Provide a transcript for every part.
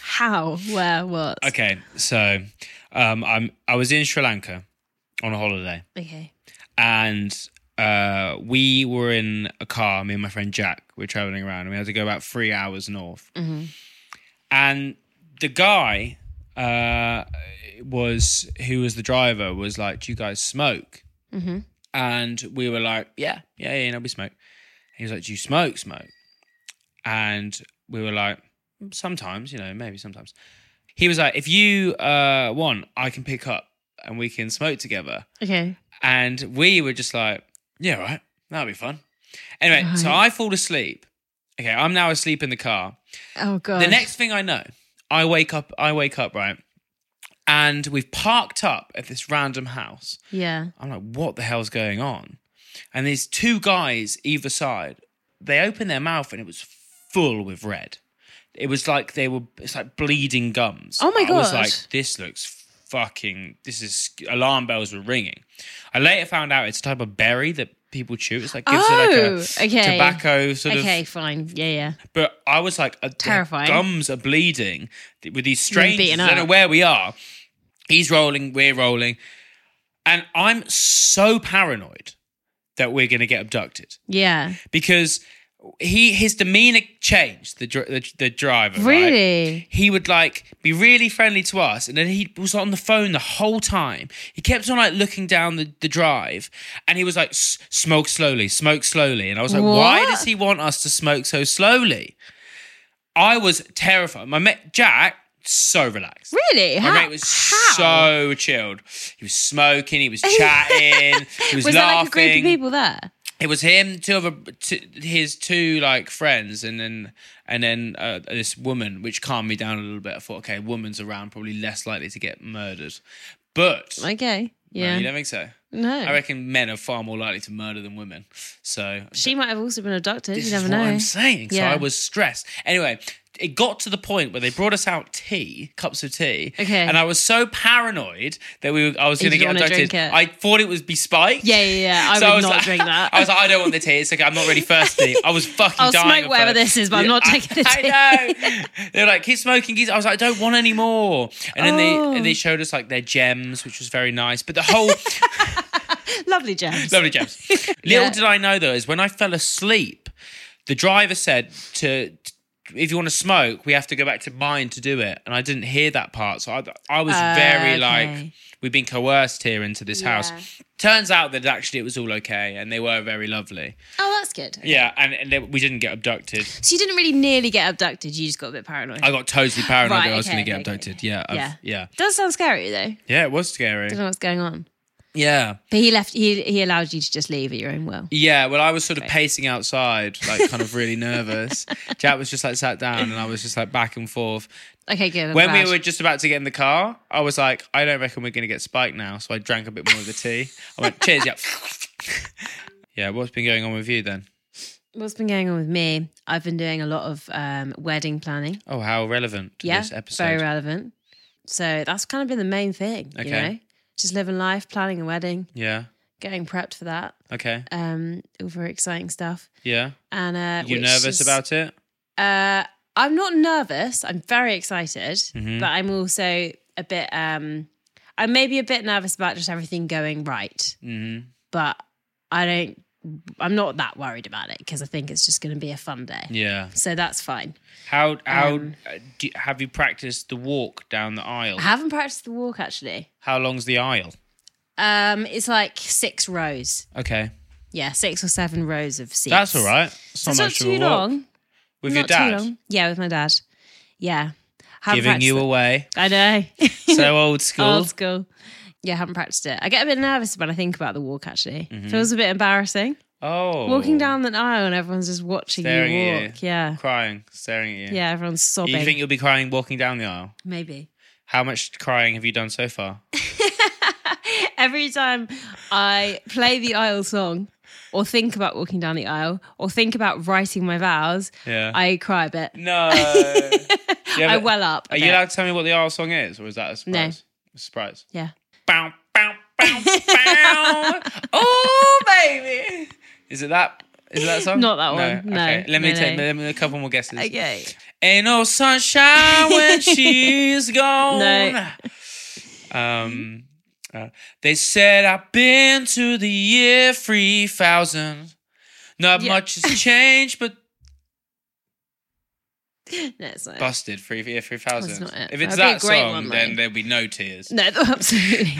How? Where? What? Okay, so um, I'm I was in Sri Lanka on a holiday, Okay. and uh, we were in a car. Me and my friend Jack we were traveling around, and we had to go about three hours north. And the guy uh, was who was the driver was like, "Do you guys smoke?" And we were like, "Yeah, yeah, yeah, no, we smoke." He was like, "Do you smoke? Smoke?" And we were like, "Sometimes, you know, maybe sometimes." He was like, "If you uh, want, I can pick up and we can smoke together." Okay. And we were just like, yeah, right, that'll be fun. Anyway, so I fall asleep. Okay, I'm now asleep in the car. Oh god. The next thing I know, I wake up, I wake up, right? And we've parked up at this random house. Yeah. I'm like, what the hell's going on? And these two guys either side, they opened their mouth and it was full with red. It was like they were, it's like bleeding gums. Oh my I was God. like, this looks fucking, this is, alarm bells were ringing. I later found out it's a type of berry that people chew. It's like, gives it oh. like a okay. tobacco sort Okay. of. Fine. Yeah. Yeah. But I was like, uh, their Terrifying. Gums are bleeding with these You're being strangers. beaten I don't know up. where we are. He's rolling, we're rolling. And I'm so paranoid that we're going to get abducted Yeah. because he his demeanor changed the dr- the, the driver right? Really? he would like be really friendly to us and then he was on the phone the whole time he kept on like looking down the, the drive and he was like "S- smoke slowly smoke slowly and i was like why What? does he want us to smoke so slowly i was terrified my mate jack so relaxed Really? my How- mate was how? so chilled. He was smoking. He was chatting. he was, Was there like laughing a group of people there? it was him, two other, two, his two like friends, and then and then uh, this woman, which calmed me down a little bit. I thought, okay, woman's around, probably less likely to get murdered. But Okay. no, Yeah. you don't think so? No. I reckon men are far more likely to murder than women. So she might have also been abducted. this you is never what know. I'm saying. So Yeah. I was stressed. Anyway, it got to the point where they brought us out tea, cups of tea. Okay. And I was so paranoid that we were, I was You going to get didn't wanna abducted. drink it. I thought it was be spiked. Yeah, yeah, yeah. I would was not like- drink that. I was like, I don't want the tea. It's okay. I'm not really thirsty. I was fucking I'll dying. smoke of whatever thirst. this is, but I'm Yeah, not I- taking the tea. I know. They were like, keep smoking. Keep. I was like, I don't want any more. And then Oh. they and they showed us like their gems, which was very nice. But the whole Lovely gems. Lovely gems. Little did I know though is when I fell asleep, the driver said to, t- if you want to smoke, we have to go back to mine to do it, and I didn't hear that part, so I, I was very Ah, okay. like we've been coerced here into this Yeah. house. Turns out that actually it was all okay, and they were very lovely. Oh, that's good. Yeah, and, and they, we didn't get abducted. So you didn't really nearly get abducted. You just got a bit paranoid. I got totally paranoid Right, that I was okay, going to get okay, okay. abducted. Yeah, I've- Yeah. yeah, Does sound scary though. yeah. It was Don't scary. know what's going on. Yeah. But he left. He he allowed you to just leave at your own will. Yeah, well, I was sort of pacing outside, like kind of really nervous. Jack was just like sat down, and I was just like back and forth. Okay, good. I'm when glad. we were just about to get in the car, I was like, I don't reckon we're going to get spiked now. So I drank a bit more of the tea. I went, cheers, yeah. yeah, what's been going on with you then? what's been going on with me? I've been doing a lot of um, wedding planning. Oh, how relevant to yeah, this episode. very relevant. So that's kind of been the main thing. Okay. You know, just living life, planning a wedding. Yeah. getting prepped for that. Okay. Um, all very exciting stuff. Yeah. And uh, you which nervous is- about it? Uh, I'm not nervous. I'm very excited, Mm-hmm. but I'm also a bit. Um, I'm maybe a bit nervous about just everything going right, Mm-hmm. but I don't. I'm not that worried about it because I think it's just going to be a fun day. Yeah. So that's fine. How how Um, Uh, uh, do, have you practiced the walk down the aisle? I haven't practiced the walk actually. How long's the aisle? Um, it's like six rows. Okay, Yeah, six or seven rows of seats. that's all right. It's So not it's not much of a too walk. long. With not your too dad long. Yeah, with my dad. Yeah. Haven't giving you practiced away, it. I know. so old school. Old school. Yeah, haven't practiced it. I get a bit nervous when I think about the walk. Actually, feels a bit embarrassing Mm-hmm. Oh, walking down the aisle and everyone's just watching Staring you at walk. Yeah, crying, staring at you. yeah, everyone's sobbing. You think you'll be crying walking down the aisle? Maybe How much crying have you done so far? every time I play the aisle song, or think about walking down the aisle, or think about writing my vows, Yeah. I cry a bit. no. I I well up. a Are you bit. allowed to tell me what the aisle song is, or is that a surprise? A surprise. Yeah. Bow, bow, bow, bow. oh, baby. Is it that? Is it that song? Not that one, no, Okay. Let me no, take. no. Let me a couple more guesses. Okay. Ain't no sunshine when she's gone. No. Um, uh, they said I've been to the year three thousand. Not Yeah. much has changed, but No, it's not. busted three year three thousand. Uh, That's not it. If it's That'd that be a great song, one, then though. there'll be no tears. No, absolutely.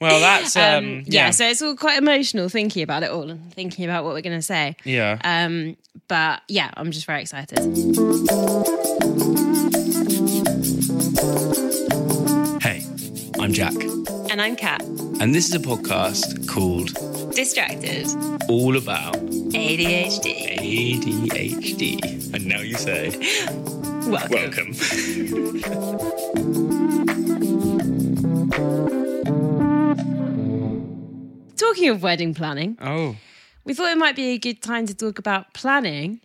Well, that's um, Um, yeah, so it's all quite emotional thinking about it all and thinking about what we're going to say. yeah. Um, but yeah, I'm just very excited. Hey, I'm Jack, And I'm Kat. and this is a podcast called Distracted. All About ADHD. ADHD. And now you say. Welcome. Welcome. Talking of wedding planning, Oh. we thought it might be a good time to talk about planning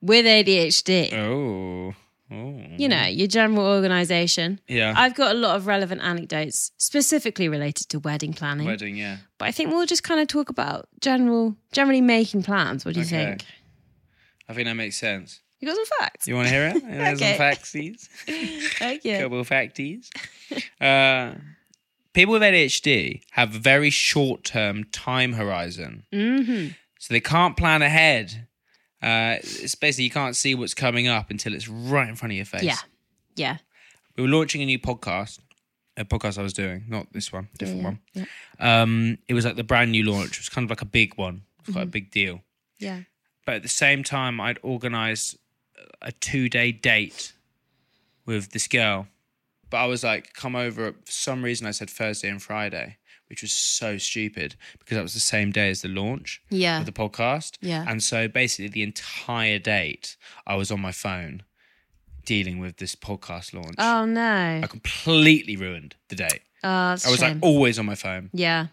with ADHD. Oh. Oh. You know, your general organisation. Yeah. I've got a lot of relevant anecdotes specifically related to wedding planning. Wedding, yeah. But I think we'll just kind of talk about general, generally making plans. What do you Okay. think? I think that makes sense. You got some facts? You want to hear it? There's Okay. some facties. Thank you. Couple of facties. Uh, people with ADHD have a very short term time horizon. Mm-hmm. So they can't plan ahead. Uh, it's basically you can't see what's coming up until it's right in front of your face. Yeah. Yeah. we were launching a new podcast a podcast i was doing not this one different yeah, one um it was like the brand new launch it was kind of like a big one it was quite a Mm-hmm. big deal Yeah. but at the same time i'd organized a two day date with this girl but i was like come over for some reason i said thursday and friday which was so stupid because that was the same day as the launch Yeah. of the podcast Yeah. and so basically the entire date i was on my phone dealing with this podcast launch Oh no. I completely ruined the day. Oh, that's I was like shame. always on my phone. yeah.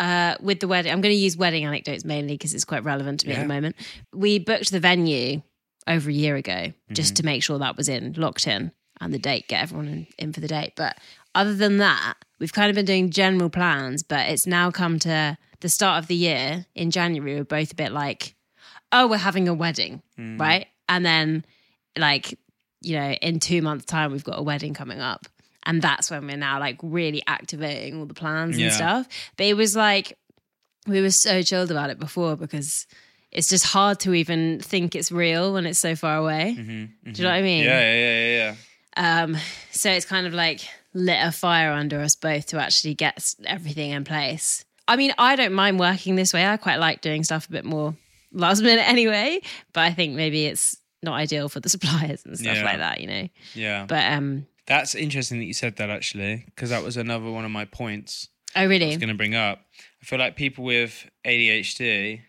Uh, with the wedding, I'm going to use wedding anecdotes mainly because it's quite relevant to me at Yeah. the moment. We booked the venue over a year ago just to make sure that was in, locked in, and the date, get everyone in, in for the date. But other than that, we've kind of been doing general plans, but it's now come to the start of the year in January. We're both a bit like, oh, we're having a wedding, Hmm. right? And then, like, you know, in two months' time, we've got a wedding coming up. And that's when we're now like really activating all the plans Yeah. and stuff. But it was like, we were so chilled about it before because it's just hard to even think it's real when it's so far away. Do you know what I mean? Mm-hmm, Yeah, yeah, yeah, yeah, yeah. Um, so it's kind of like lit a fire under us both to actually get s- everything in place. I mean, I don't mind working this way. I quite like doing stuff a bit more last minute anyway, but I think maybe it's not ideal for the suppliers and stuff Yeah. like that, you know. Yeah. But um That's interesting that you said that actually, because that was another one of my points oh I really? was going to bring up. I feel like people with ADHD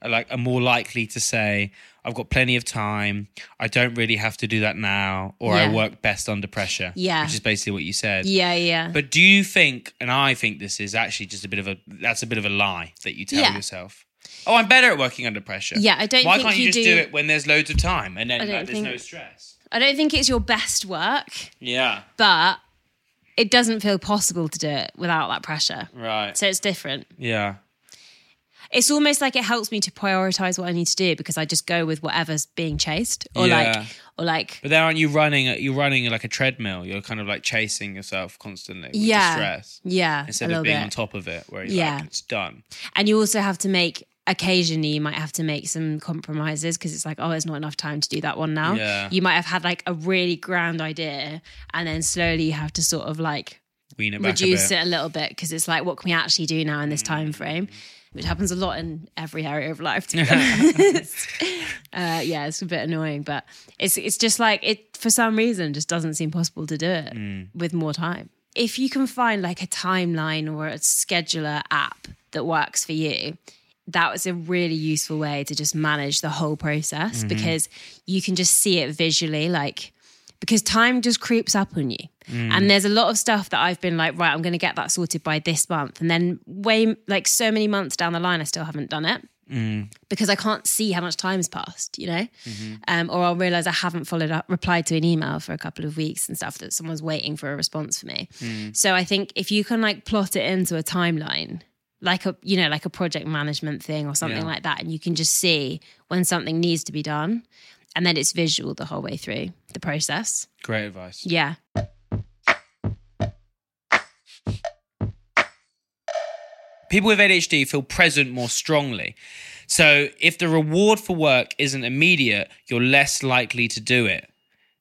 are like are more likely to say, "I've got plenty of time. I don't really have to do that now," or Yeah. "I work best under pressure." Yeah. which is basically what you said. Yeah, yeah. But do you think, and I think this is actually just a bit of a that's a bit of a lie that you tell Yeah. yourself. Oh, I'm better at working under pressure. Yeah, I don't Why think can't you, you just do- do... it when there's loads of time and then I like, don't there's no think- stress? I don't think it's your best work, Yeah, but it doesn't feel possible to do it without that pressure. Right. So it's different. Yeah. It's almost like it helps me to prioritize what I need to do because I just go with whatever's being chased or Yeah. like or like But then aren't you running? You're running like a treadmill. You're kind of like chasing yourself constantly with yeah, the stress yeah, instead a little of being bit. on top of it, where you're Yeah. like, it's done. And you also have to make occasionally you might have to make some compromises because it's like, oh, there's not enough time to do that one now. Yeah. You might have had like a really grand idea and then slowly you have to sort of like Wean it back reduce a bit. Mm. it a little bit because it's like, what can we actually do now in this time frame? Which happens a lot in every area of life. To be honest. uh, yeah, it's a bit annoying, but it's it's just like it for some reason just doesn't seem possible to do it Mm. with more time. If you can find like a timeline or a scheduler app that works for you, that was a really useful way to just manage the whole process Mm-hmm. because you can just see it visually, like because time just creeps up on you. And there's a lot of stuff that I've been like, right, I'm going to get that sorted by this month, and then way like so many months down the line, I still haven't done it because I can't see how much time has passed, you know? Um, or I'll realize I haven't followed up, replied to an email for a couple of weeks and stuff that someone's waiting for a response for me. So I think if you can like plot it into a timeline, like a, you know, like a project management thing or something Yeah. like that, and you can just see when something needs to be done and then it's visual the whole way through the process. Great advice. Yeah. People with ADHD feel present more strongly. So if the reward for work isn't immediate, you're less likely to do it.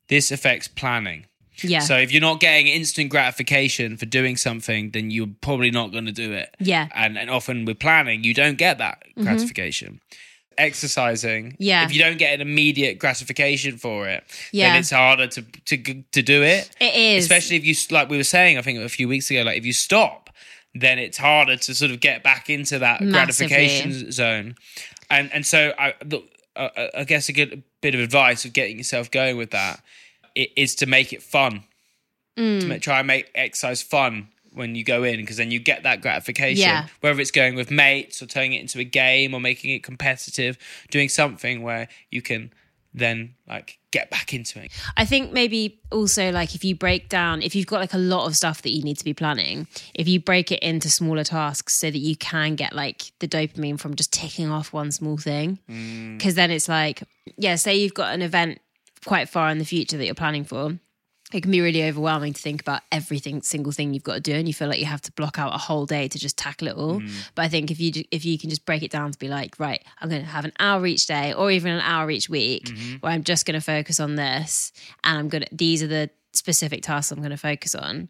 This affects planning. Yeah. So if you're not getting instant gratification for doing something, then you're probably not going to do it. Yeah. Mm-hmm. And and often with planning, you don't get that gratification. Exercising, Yeah. If you don't get an immediate gratification for it, Yeah. then it's harder to to to do it. It is. especially if you like we were saying. I think a few weeks ago, like if you stop, then it's harder to sort of get back into that Massively. gratification zone. And and so I look, I, I- I guess a good bit of advice of getting yourself going with that i- is to make it fun. To Mm. ma- try and make exercise fun when you go in because then you get that gratification. Yeah. Whether it's going with mates or turning it into a game or making it competitive, doing something where you can then like get back into it. I think maybe also like if you break down, if you've got like a lot of stuff that you need to be planning, if you break it into smaller tasks so that you can get like the dopamine from just ticking off one small thing. Mm. Because then it's like, yeah, say you've got an event quite far in the future that you're planning for. It can be really overwhelming to think about everything, single thing you've got to do, and you feel like you have to block out a whole day to just tackle it all. But I think if you ju- if you can just break it down to be like, right, I'm going to have an hour each day, or even an hour each week, where I'm just going to focus on this, and I'm going to these are the specific tasks I'm going to focus on.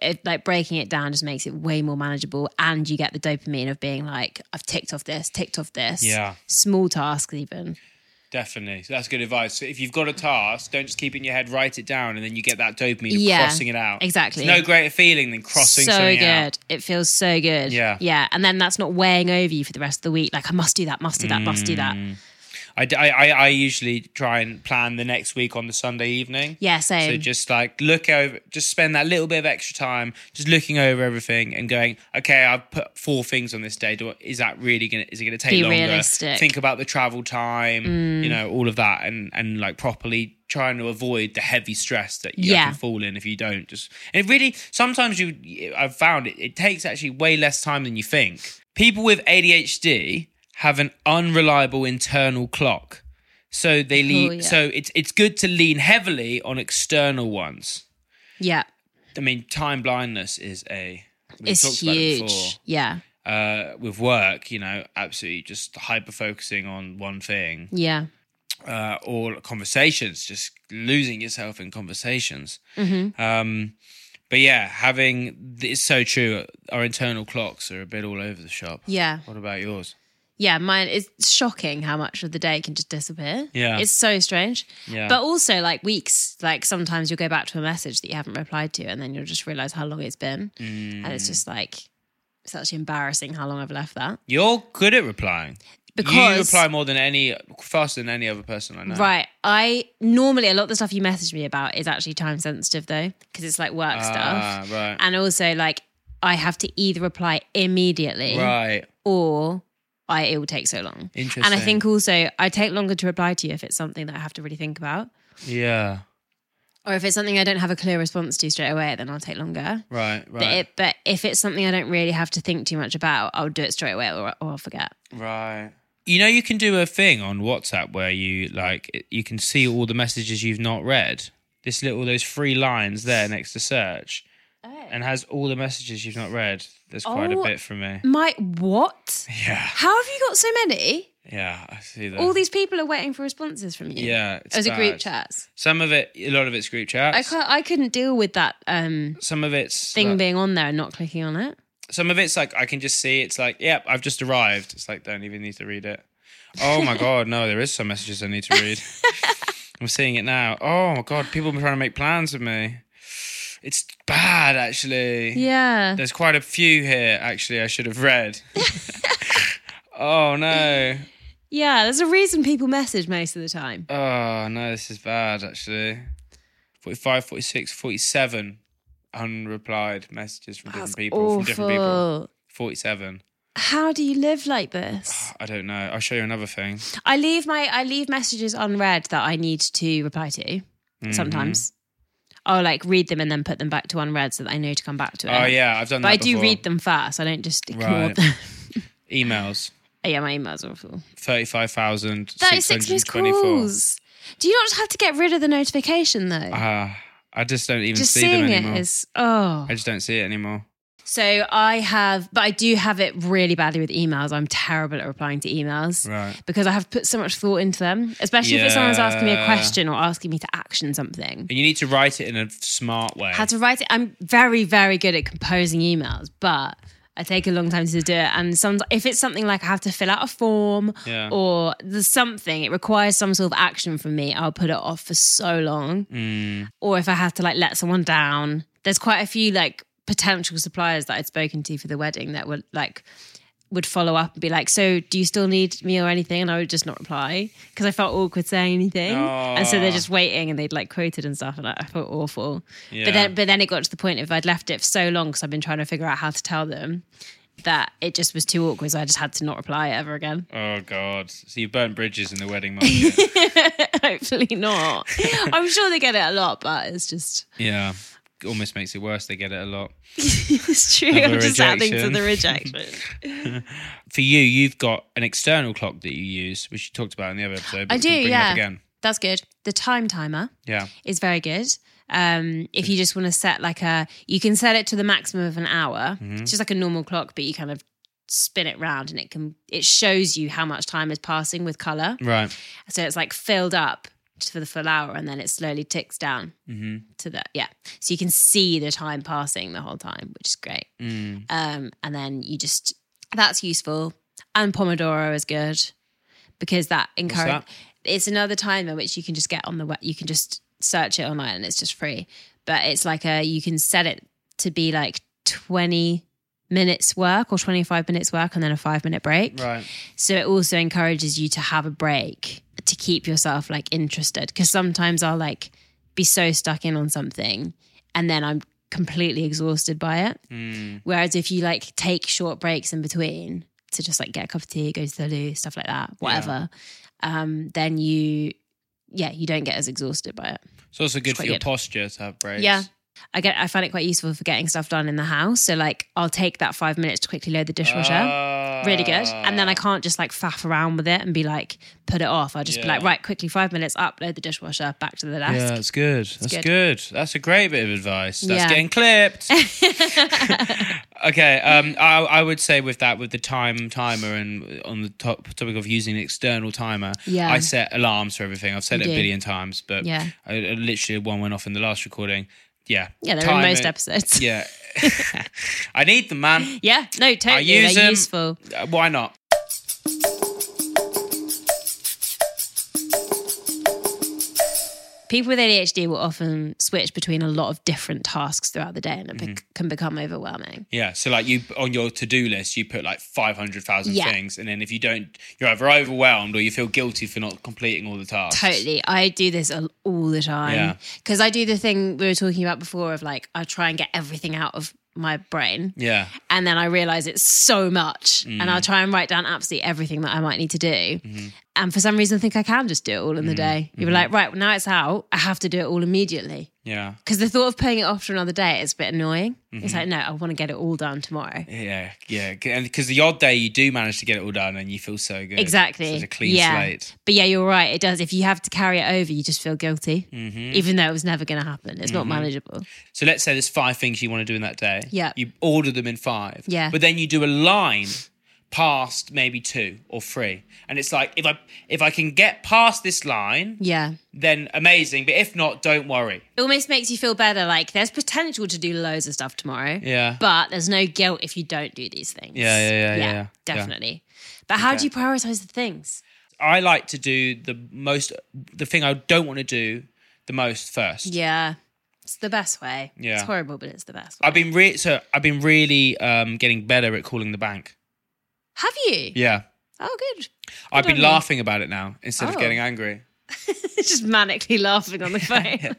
It, like breaking it down just makes it way more manageable, and you get the dopamine of being like, I've ticked off this, ticked off this, Yeah. small tasks even. Definitely. So that's good advice. So if you've got a task, don't just keep it in your head, write it down, and then you get that dopamine of Yeah, crossing it out. exactly. There's no greater feeling than crossing so something good. out. It feels so good. Yeah. Yeah. And then that's not weighing over you for the rest of the week. Like, I must do that, must do that, must do that. Mm. I, d- I- I- I usually try and plan the next week on the Sunday evening. Yeah, So same. just like look over, just spend that little bit of extra time just looking over everything and going, okay, I've put four things on this day. Do I, is that really gonna? Is it gonna take Be longer? realistic. Mm. Think about the travel time, you know, all of that, and and like properly trying to avoid the heavy stress that you Yeah. can fall in if you don't. Just it really sometimes you I've found it it takes actually way less time than you think. People with ADHD have an unreliable internal clock. So they lean. Oh, yeah. So it's it's good to lean heavily on external ones. yeah. I mean, time blindness is a we It's talked about it before. huge. yeah. Uh, with work, you know, absolutely just hyper focusing on one thing Yeah. uh, or conversations, just losing yourself in conversations. Mm-hmm. Um, but yeah, having it's so true. Our internal clocks are a bit all over the shop. Yeah. What about yours? Yeah. Mine is shocking how much of the day can just disappear. Yeah. It's so strange. Yeah. But also, like, weeks, like, sometimes you'll go back to a message that you haven't replied to, and then you'll just realize how long it's been. Mm. And it's just like, it's actually embarrassing how long I've left that. You're good at replying. you Because- reply more than any, faster than any other person I know. Right. I normally a lot of the stuff you message me about is actually time sensitive though, because it's like work Ah, stuff. right. And also like I have to either reply immediately Right. or I it will take so long. And I Interesting. think also I take longer to reply to you if it's something that I have to really think about. Yeah. Or if it's something I don't have a clear response to straight away, then I'll take longer. Right, But, right, it, but if it's something I don't really have to think too much about, I'll do it straight away or, or I'll forget. right. You know, you can do a thing on WhatsApp where you like it- you can see all the messages you've not read. This little those three lines there next to search, and has all the messages you've not read. There's quite Oh. a bit for me. My what? Yeah, How have you got so many? yeah, I see that. All these people are waiting for responses from you. Yeah, it's as a group bad. chats. Some of it, a lot of it's group I chats. can't, I couldn't deal with that um, Some of it's thing like- being on there and not clicking on it. some of it's like I can just see it's like, yep, I've just arrived. It's like don't even need to read it. Oh my god, no, there is some messages I need to read. I'm seeing it now. Oh my god, people have been trying to make plans with me. It's bad actually. Yeah. There's quite a few here actually I should have read. oh no. Yeah, there's a reason people message most of the time. Oh no, this is bad actually. 45, 46, 47 unreplied messages from different people from different people. 47. How do you live like this? I don't know. I'll show you another thing. I leave my I leave messages unread that I need to reply to Mm-hmm. sometimes. I'll like read them and then put them back to unread so that I know to come back to it. Oh yeah, I've done But that. I do before. read them fast. I don't just ignore Right. them. Emails. Oh, yeah, my email's awful. Thirty-five thousand six 36 hundred missed twenty-four. calls. Do you not just have to get rid of the notification though? Ah, I just don't even just see them seeing it anymore. is oh. I just don't see it anymore. So I have, but I do have it really badly with emails. I'm terrible at replying to emails Right. because I have put so much thought into them, especially if it's someone's asking me a Yeah. question or asking me to action something. And you need to write it in a smart way. How to write it? I'm very, very good at composing emails, but I take a long time to do it. And some, if it's something like I have to fill out a form Yeah. or there's something, it requires some sort of action from me. I'll put it off for so long. Mm. Or if I have to like let someone down, there's quite a few like potential suppliers that I'd spoken to for the wedding that were like would follow up and be like, "So, do you still need me or anything?" And I would just not reply because I felt awkward saying anything, and so they're just waiting and they'd like quoted and stuff, and I, I felt awful. But then, but then it got to the point if I'd left it for so long because I've been trying to figure out how to tell them that it just was too awkward, so I just had to not reply ever again. oh god. So you burnt bridges in the wedding market. Hopefully not. I'm sure they get it a lot, but it's just yeah. It Almost makes it worse. They get it a lot. it's true. Another I'm just adding to rejection. the rejection. For you, you've got an external clock that you use, which you talked about in the other episode. but I we do, can bring it up yeah. Again. That's good. The time timer. Yeah. is very good. Um, if you just want to set like a, you can set it to the maximum of an hour. It's just like a normal clock, but you kind of spin it round and it can it shows you how much time is passing with color. Right. So it's like filled up for the full hour, and then it slowly ticks down to the yeah. So you can see the time passing the whole time, which is great. Um, and then you just that's useful. And Pomodoro is good because that encourages. that? It's another timer which you can just get on the web. You can just search it online, and it's just free. But it's like a you can set it to be like twenty minutes work or 25 minutes work and then a five minute break Right. so it also encourages you to have a break to keep yourself like interested. Cause sometimes I'll like be so stuck in on something and then I'm completely exhausted by it. Whereas if you like take short breaks in between to just like get a cup of tea, go to the loo, stuff like that, whatever, um, then you, yeah, you don't get as exhausted by it. It's also good for quite your good. posture to have breaks. Yeah. I get, I find it quite useful for getting stuff done in the house. So like, I'll take that five minutes to quickly load the dishwasher Uh, really good. Ah, And then I can't just like faff around with it and be like, put it off. I'll just be like, Yeah. right, quickly, five minutes up, load the dishwasher, back to the Yeah, desk. that's good. That's good. good. That's a great bit of advice. That's Yeah. getting clipped. okay, um, I, I would say with that, with the time timer and on the top topic of using an external timer, Yeah. I set alarms for everything. I've said You it a do. billion times, but Yeah. I, I literally one went off in the last recording. Yeah, Yeah, they're Time in most it- episodes. Yeah. Yeah, I need them, man. no, totally. I use they're them. useful. Uh, Why not? People with ADHD will often switch between a lot of different tasks throughout the day and it bec- Mm-hmm. can become overwhelming. Yeah, so like you on your to do list, you put like five hundred thousand Yeah. things, and then if you don't, you're either overwhelmed or you feel guilty for not completing all the tasks. Totally. I do this all, all the time. Yeah. Because I do the thing we were talking about before of like, I try and get everything out of my brain. Yeah, and then I realize it's so much, and Mm. I'll try and write down absolutely everything that I might need to do. Mm-hmm. And for some reason, I think I can just do it all in the day. You're like, right, well, now it's out. I have to do it all immediately. Yeah. Because the thought of putting it off to another day is a bit annoying. It's like, no, I want to get it all done tomorrow. Mm-hmm. Yeah, yeah, and because the odd day you do manage to get it all done and you feel so good. Exactly. So it's a clean yeah. slate. But yeah, you're right. It does. If you have to carry it over, you just feel guilty, Mm-hmm. even though it was never going to happen. It's not manageable. So let's say there's five things you want to do in that day. Yeah. You order them in five. Yeah. But then you do a line past maybe two or three, and it's like if I if I can get past this line, Yeah. then amazing. But if not, don't worry. It almost makes you feel better. Like there's potential to do loads of stuff tomorrow. Yeah. But there's no guilt if you don't do these things. Yeah, yeah, yeah, yeah, yeah. Definitely. But how do you prioritize the things? I like to do the most the thing I don't want to do the most first. Yeah. It's the best way. Yeah. It's horrible, but it's the best way. I've been re- so I've been really um, getting better at calling the bank. Have you? Yeah. Oh, good. I've on been you. laughing about it now instead of Oh. getting angry. Just manically laughing on the phone. Yeah,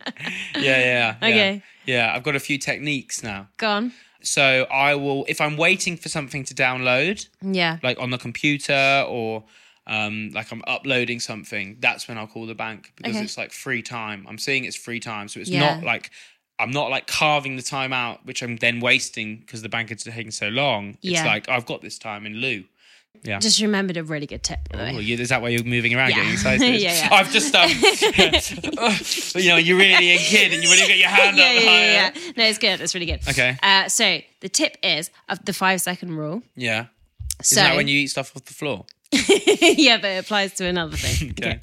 yeah, yeah. yeah. Okay. Yeah, I've got a few techniques now. Gone. So I will, if I'm waiting for something to download, Yeah. like on the computer or um, like I'm uploading something, that's when I'll call the bank because Okay. it's like free time. I'm seeing it's free time. So it's Yeah. not like, I'm not like carving the time out, which I'm then wasting because the bank is taking so long. It's Yeah. like, I've got this time in lieu. Just remembered a really good tip. by the way. Oh, you, is that why you're moving around Yeah. getting excited? Yeah, yeah. I've just um, you know, you're really a kid and you when you get your hand yeah, up yeah, higher. yeah, yeah. No, it's good. It's really good. Okay. Uh, so the tip is of the five second rule. Yeah. So Isn't that when you eat stuff off the floor? yeah, but it applies to another thing. Okay.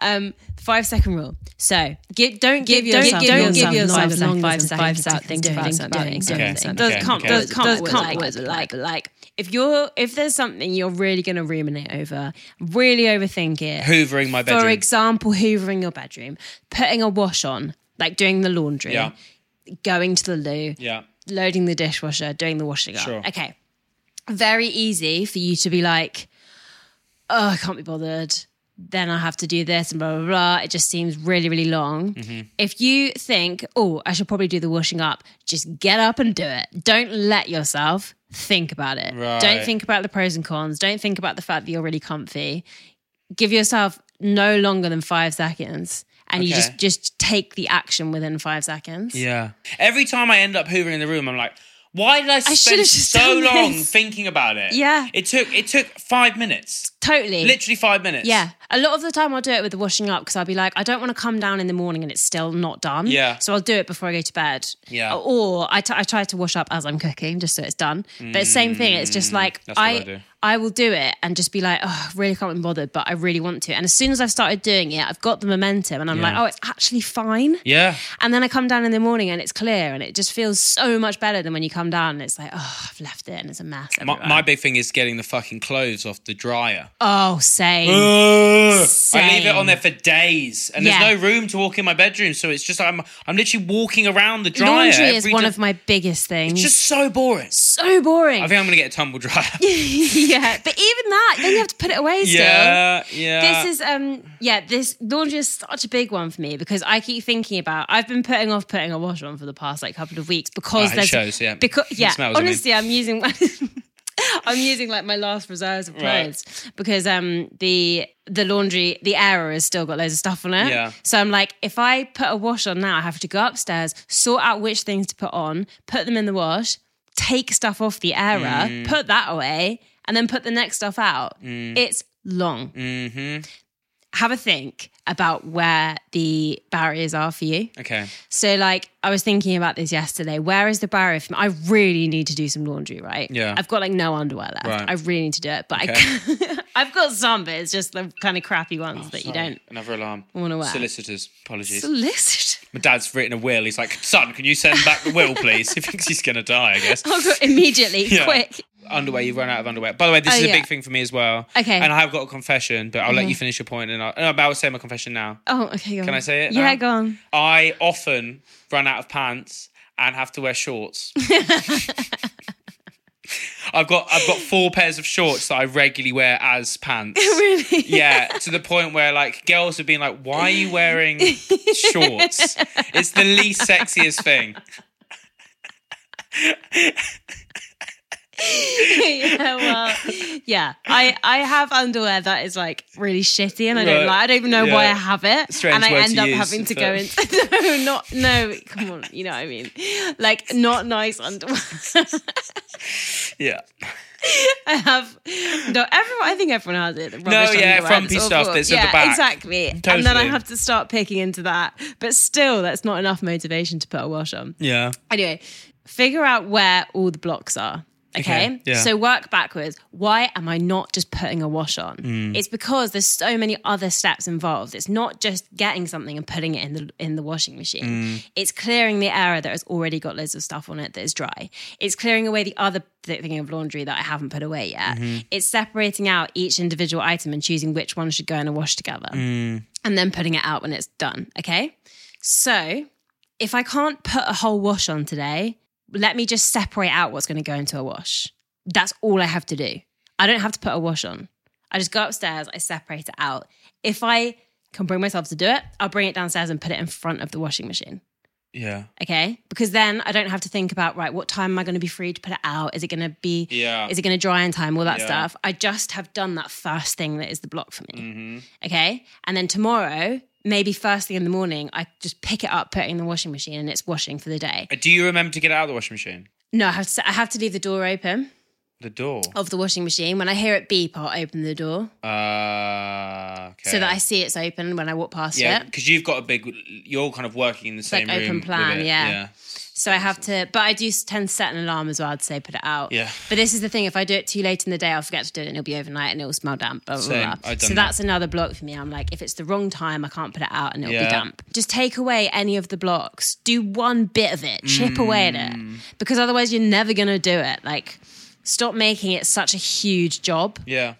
Um, the five second rule. So give, don't give, Give yourself yourself- don't give give yourself yourself longer five than seconds five without seconds thinking about doing something, doing something, something, doing something. something. Okay, Does- Can't okay. does- Okay. can't Okay. can't words like like if you're if there's something you're really going to ruminate over, really overthink it. Hoovering my bedroom. For example, hoovering your bedroom, putting a wash on, like doing the laundry, Yeah. going to the loo, Yeah. loading the dishwasher, doing the washing up. Sure. Okay. Very easy for you to be like, oh, I can't be bothered. Then I have to do this and blah, blah, blah. It just seems really, really long. Mm-hmm. If you think, oh, I should probably do the washing up, just get up and do it. Don't let yourself think about it. Right. Don't think about the pros and cons. Don't think about the fact that you're really comfy. Give yourself no longer than five seconds. And you Okay. just just take the action within five seconds. Yeah. Every time I end up hoovering in the room, I'm like, why did I spend should've just so done long this. thinking about it? Yeah. It took it took five minutes. Totally. Literally five minutes. Yeah. A lot of the time I'll do it with the washing up because I'll be like, I don't want to come down in the morning and it's still not done. Yeah. So I'll do it before I go to bed. Yeah. Or I, t- I try to wash up as I'm cooking just so it's done. But same thing. It's just like, Mm, that's what I do. I, I will do it and just be like, oh, I really can't be bothered, but I really want to. And as soon as I've started doing it, I've got the momentum and I'm like, oh, it's actually fine. Yeah. And then I come down in the morning and it's clear and it just feels so much better than when you come down and it's like, oh, I've left it and it's a mess. My, everywhere. my big thing is getting the fucking clothes off the dryer. oh, same. Ugh. I Same. leave it on there for days, and Yeah. there's no room to walk in my bedroom, so it's just I'm I'm literally walking around the dryer. Laundry is every one day. of my biggest things. It's just so boring. so boring. I think I'm gonna get a tumble dryer. yeah, but even that, then you have to put it away still. yeah, yeah. This is um yeah, this laundry is such a big one for me because I keep thinking about I've been putting off putting a wash on for the past like couple of weeks because Ah, it there's shows, yeah. because It yeah smells, I mean. honestly I am using I'm using like my last reserves of Right. clothes because um the the laundry the error has still got loads of stuff on it. Yeah. So I'm like, if I put a wash on now, I have to go upstairs, sort out which things to put on, put them in the wash, take stuff off the error, Mm. put that away, and then put the next stuff out. It's long. Mm-hmm. Have a think about where the barriers are for you. okay. So, like, I was thinking about this yesterday. Where is the barrier for me? I really need to do some laundry, right? Yeah. I've got like no underwear left. Right. I really need to do it, but I Okay. Oh, can't. I've got some, but it's just the kind of crappy ones that you Sorry, don't. Another alarm. wanna wear. Solicitors. Apologies. Solicit. My dad's written a will. He's like, son, can you send back the will, please? He thinks he's gonna die, I guess. Oh, God, immediately, Yeah. quick. Underwear. You've run out of underwear. By the way, this Oh, is a yeah. big thing for me as well. Okay. And I have got a confession, but I'll let you finish your point, and I'll, no, but I'll say my confession now. Oh, okay. Go on. Can I say it? Yeah, now? go on. I often run out of pants and have to wear shorts. I've got I've got four pairs of shorts that I regularly wear as pants. Really? Yeah, to the point where like girls have been like, "Why are you wearing shorts?" It's the least sexiest thing. yeah, well, yeah. I, I have underwear that is like really shitty, and I don't Right. like. I don't even know why Yeah. I have it, Strange and I word end to up use, having to go but- into no, not no. Come on, you know what I mean? Like not nice underwear. Yeah. I have no. Everyone, I think everyone has it. the No, rubbish yeah, underwear, and frumpy it's stuff awful. that's at yeah, the back. exactly. And then I Totally. have to start picking into that, but still, that's not enough motivation to put a wash on. Yeah. Anyway, figure out where all the blocks are. Okay. Okay, yeah. So work backwards. Why am I not just putting a wash on? It's because there's so many other steps involved. It's not just getting something and putting it in the in the washing machine. It's clearing the area that has already got loads of stuff on it that is dry. It's clearing away the other th- thing of laundry that I haven't put away yet. It's separating out each individual item and choosing which one should go in a wash together and then putting it out when it's done. Okay. So if I can't put a whole wash on today, let me just separate out what's going to go into a wash. That's all I have to do. I don't have to put a wash on. I just go upstairs, I separate it out. If I can bring myself to do it, I'll bring it downstairs and put it in front of the washing machine. Yeah. Okay. Because then I don't have to think about, right, what time am I going to be free to put it out? Is it going to be, Yeah. is it going to dry in time? All that Yeah. stuff. I just have done that first thing that is the block for me. Mm-hmm. Okay. And then tomorrow, maybe first thing in the morning, I just pick it up, put it in the washing machine, and it's washing for the day. Uh, Do you remember to get out of the washing machine? No, I have to, I have to leave the door open The door. of the washing machine. When I hear it beep, I'll open the door Uh, okay. Oh. so that I see it's open when I walk past Yeah, it. because you've got a big. You're kind of working in the like same open room with plan, it, yeah. yeah. So I have to, but I do tend to set an alarm as well to say put it out. Yeah. But this is the thing: if I do it too late in the day, I'll forget to do it, and it'll be overnight, and it'll smell damp. Blah blah Same. blah. I've done So that. that's another block for me. I'm like, if it's the wrong time, I can't put it out, and it'll be Yeah. damp. Just take away any of the blocks. Do one bit of it. Chip away at it, Mm. because otherwise you're never gonna do it. Like, stop making it such a huge job. Yeah.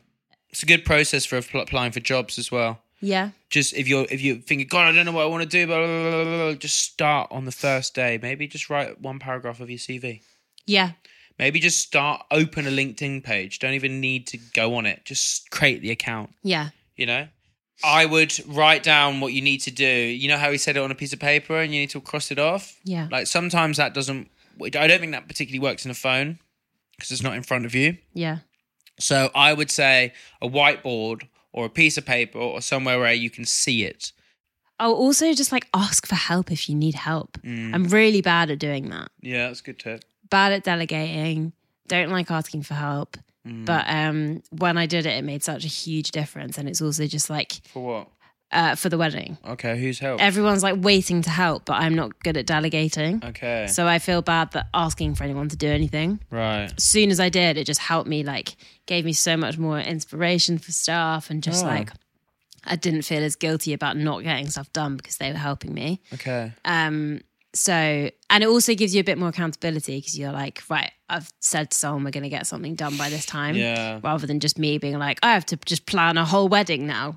It's a good process for app- applying for jobs as well. Yeah. Just if you're if you're thinking, God, I don't know what I want to do, blah, blah, blah, blah, blah, blah," just start on the first day. Maybe just write one paragraph of your CV. Yeah. Maybe just start open a LinkedIn page. Don't even need to go on it. Just create the account. Yeah. You know, I would write down what you need to do. You know how he said it on a piece of paper, and you need to cross it off. Yeah. Like sometimes that doesn't. I don't think that particularly works in a phone because it's not in front of you. Yeah. So I would say a whiteboard or a piece of paper or somewhere where you can see it. Oh, also just like ask for help if you need help. Mm. I'm really bad at doing that. Yeah, that's a good tip. bad at delegating, don't like asking for help. Mm. But um, when I did it, it made such a huge difference. And it's also just like For what? uh, for the wedding, Okay, who's help? everyone's like waiting to help, but I'm not good at delegating. okay, So I feel bad that asking for anyone to do anything. right. As soon as I did, it just helped me, like, gave me so much more inspiration for stuff. And just Oh. like, I didn't feel as guilty about not getting stuff done because they were helping me. Okay, Um, so, and it also gives you a bit more accountability because you're like, right, I've said to someone we're going to get something done by this time. Yeah. Rather than just me being like, I have to just plan a whole wedding now.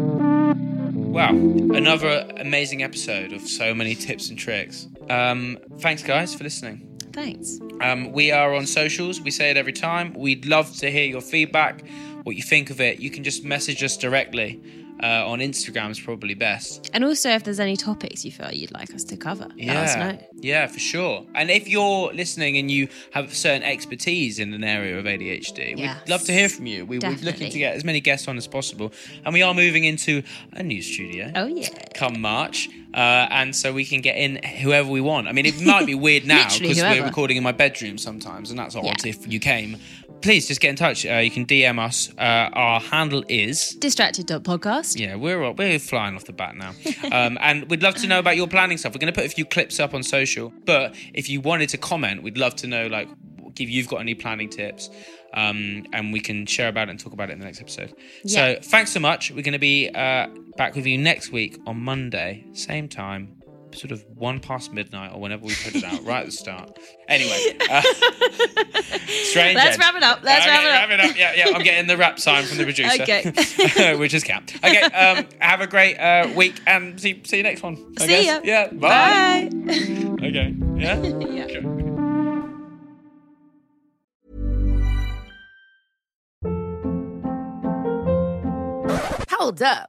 wow, another amazing episode of so many tips and tricks. Um, thanks, guys, for listening. Thanks. Um, we are on socials. We say it every time. We'd love to hear your feedback, what you think of it. You can just message us directly. uh, on Instagram is probably best. And also, if there's any topics you feel you'd like us to cover, let us know. yeah, for sure. And if you're listening and you have certain expertise in an area of ADHD, Yes. we'd love to hear from you. We, we're looking to Definitely. get as many guests on as possible, and we are moving into a new studio. Oh yeah. come March, uh, and so we can get in whoever we want. I mean, it might be weird now Literally because we're whoever. recording in my bedroom sometimes, and that's odd. Yeah. If you came, please just get in touch. Uh, you can DM us. Uh, our handle is. Distracted.podcast. Yeah, we're all- we're flying off the bat now, um, and we'd love to know about your planning stuff. We're going to put a few clips up on social, but if you wanted to comment, we'd love to know like if you've got any planning tips, um, and we can share about it and talk about it in the next episode. Yeah. So thanks so much. We're going to be uh, back with you next week on Monday, same time, sort of one past midnight or whenever we put it out, right at the start. Anyway, uh, strange. Let's Ed. wrap it up. Let's Okay, wrap it up. Yeah, yeah. I'm getting the wrap sign from the producer. Okay. which is cat. Okay. Um, have a great uh, week and see, see you next one. I See guess. ya. Yeah. Bye. Bye. Okay. Yeah. Yeah. Okay. Hold up.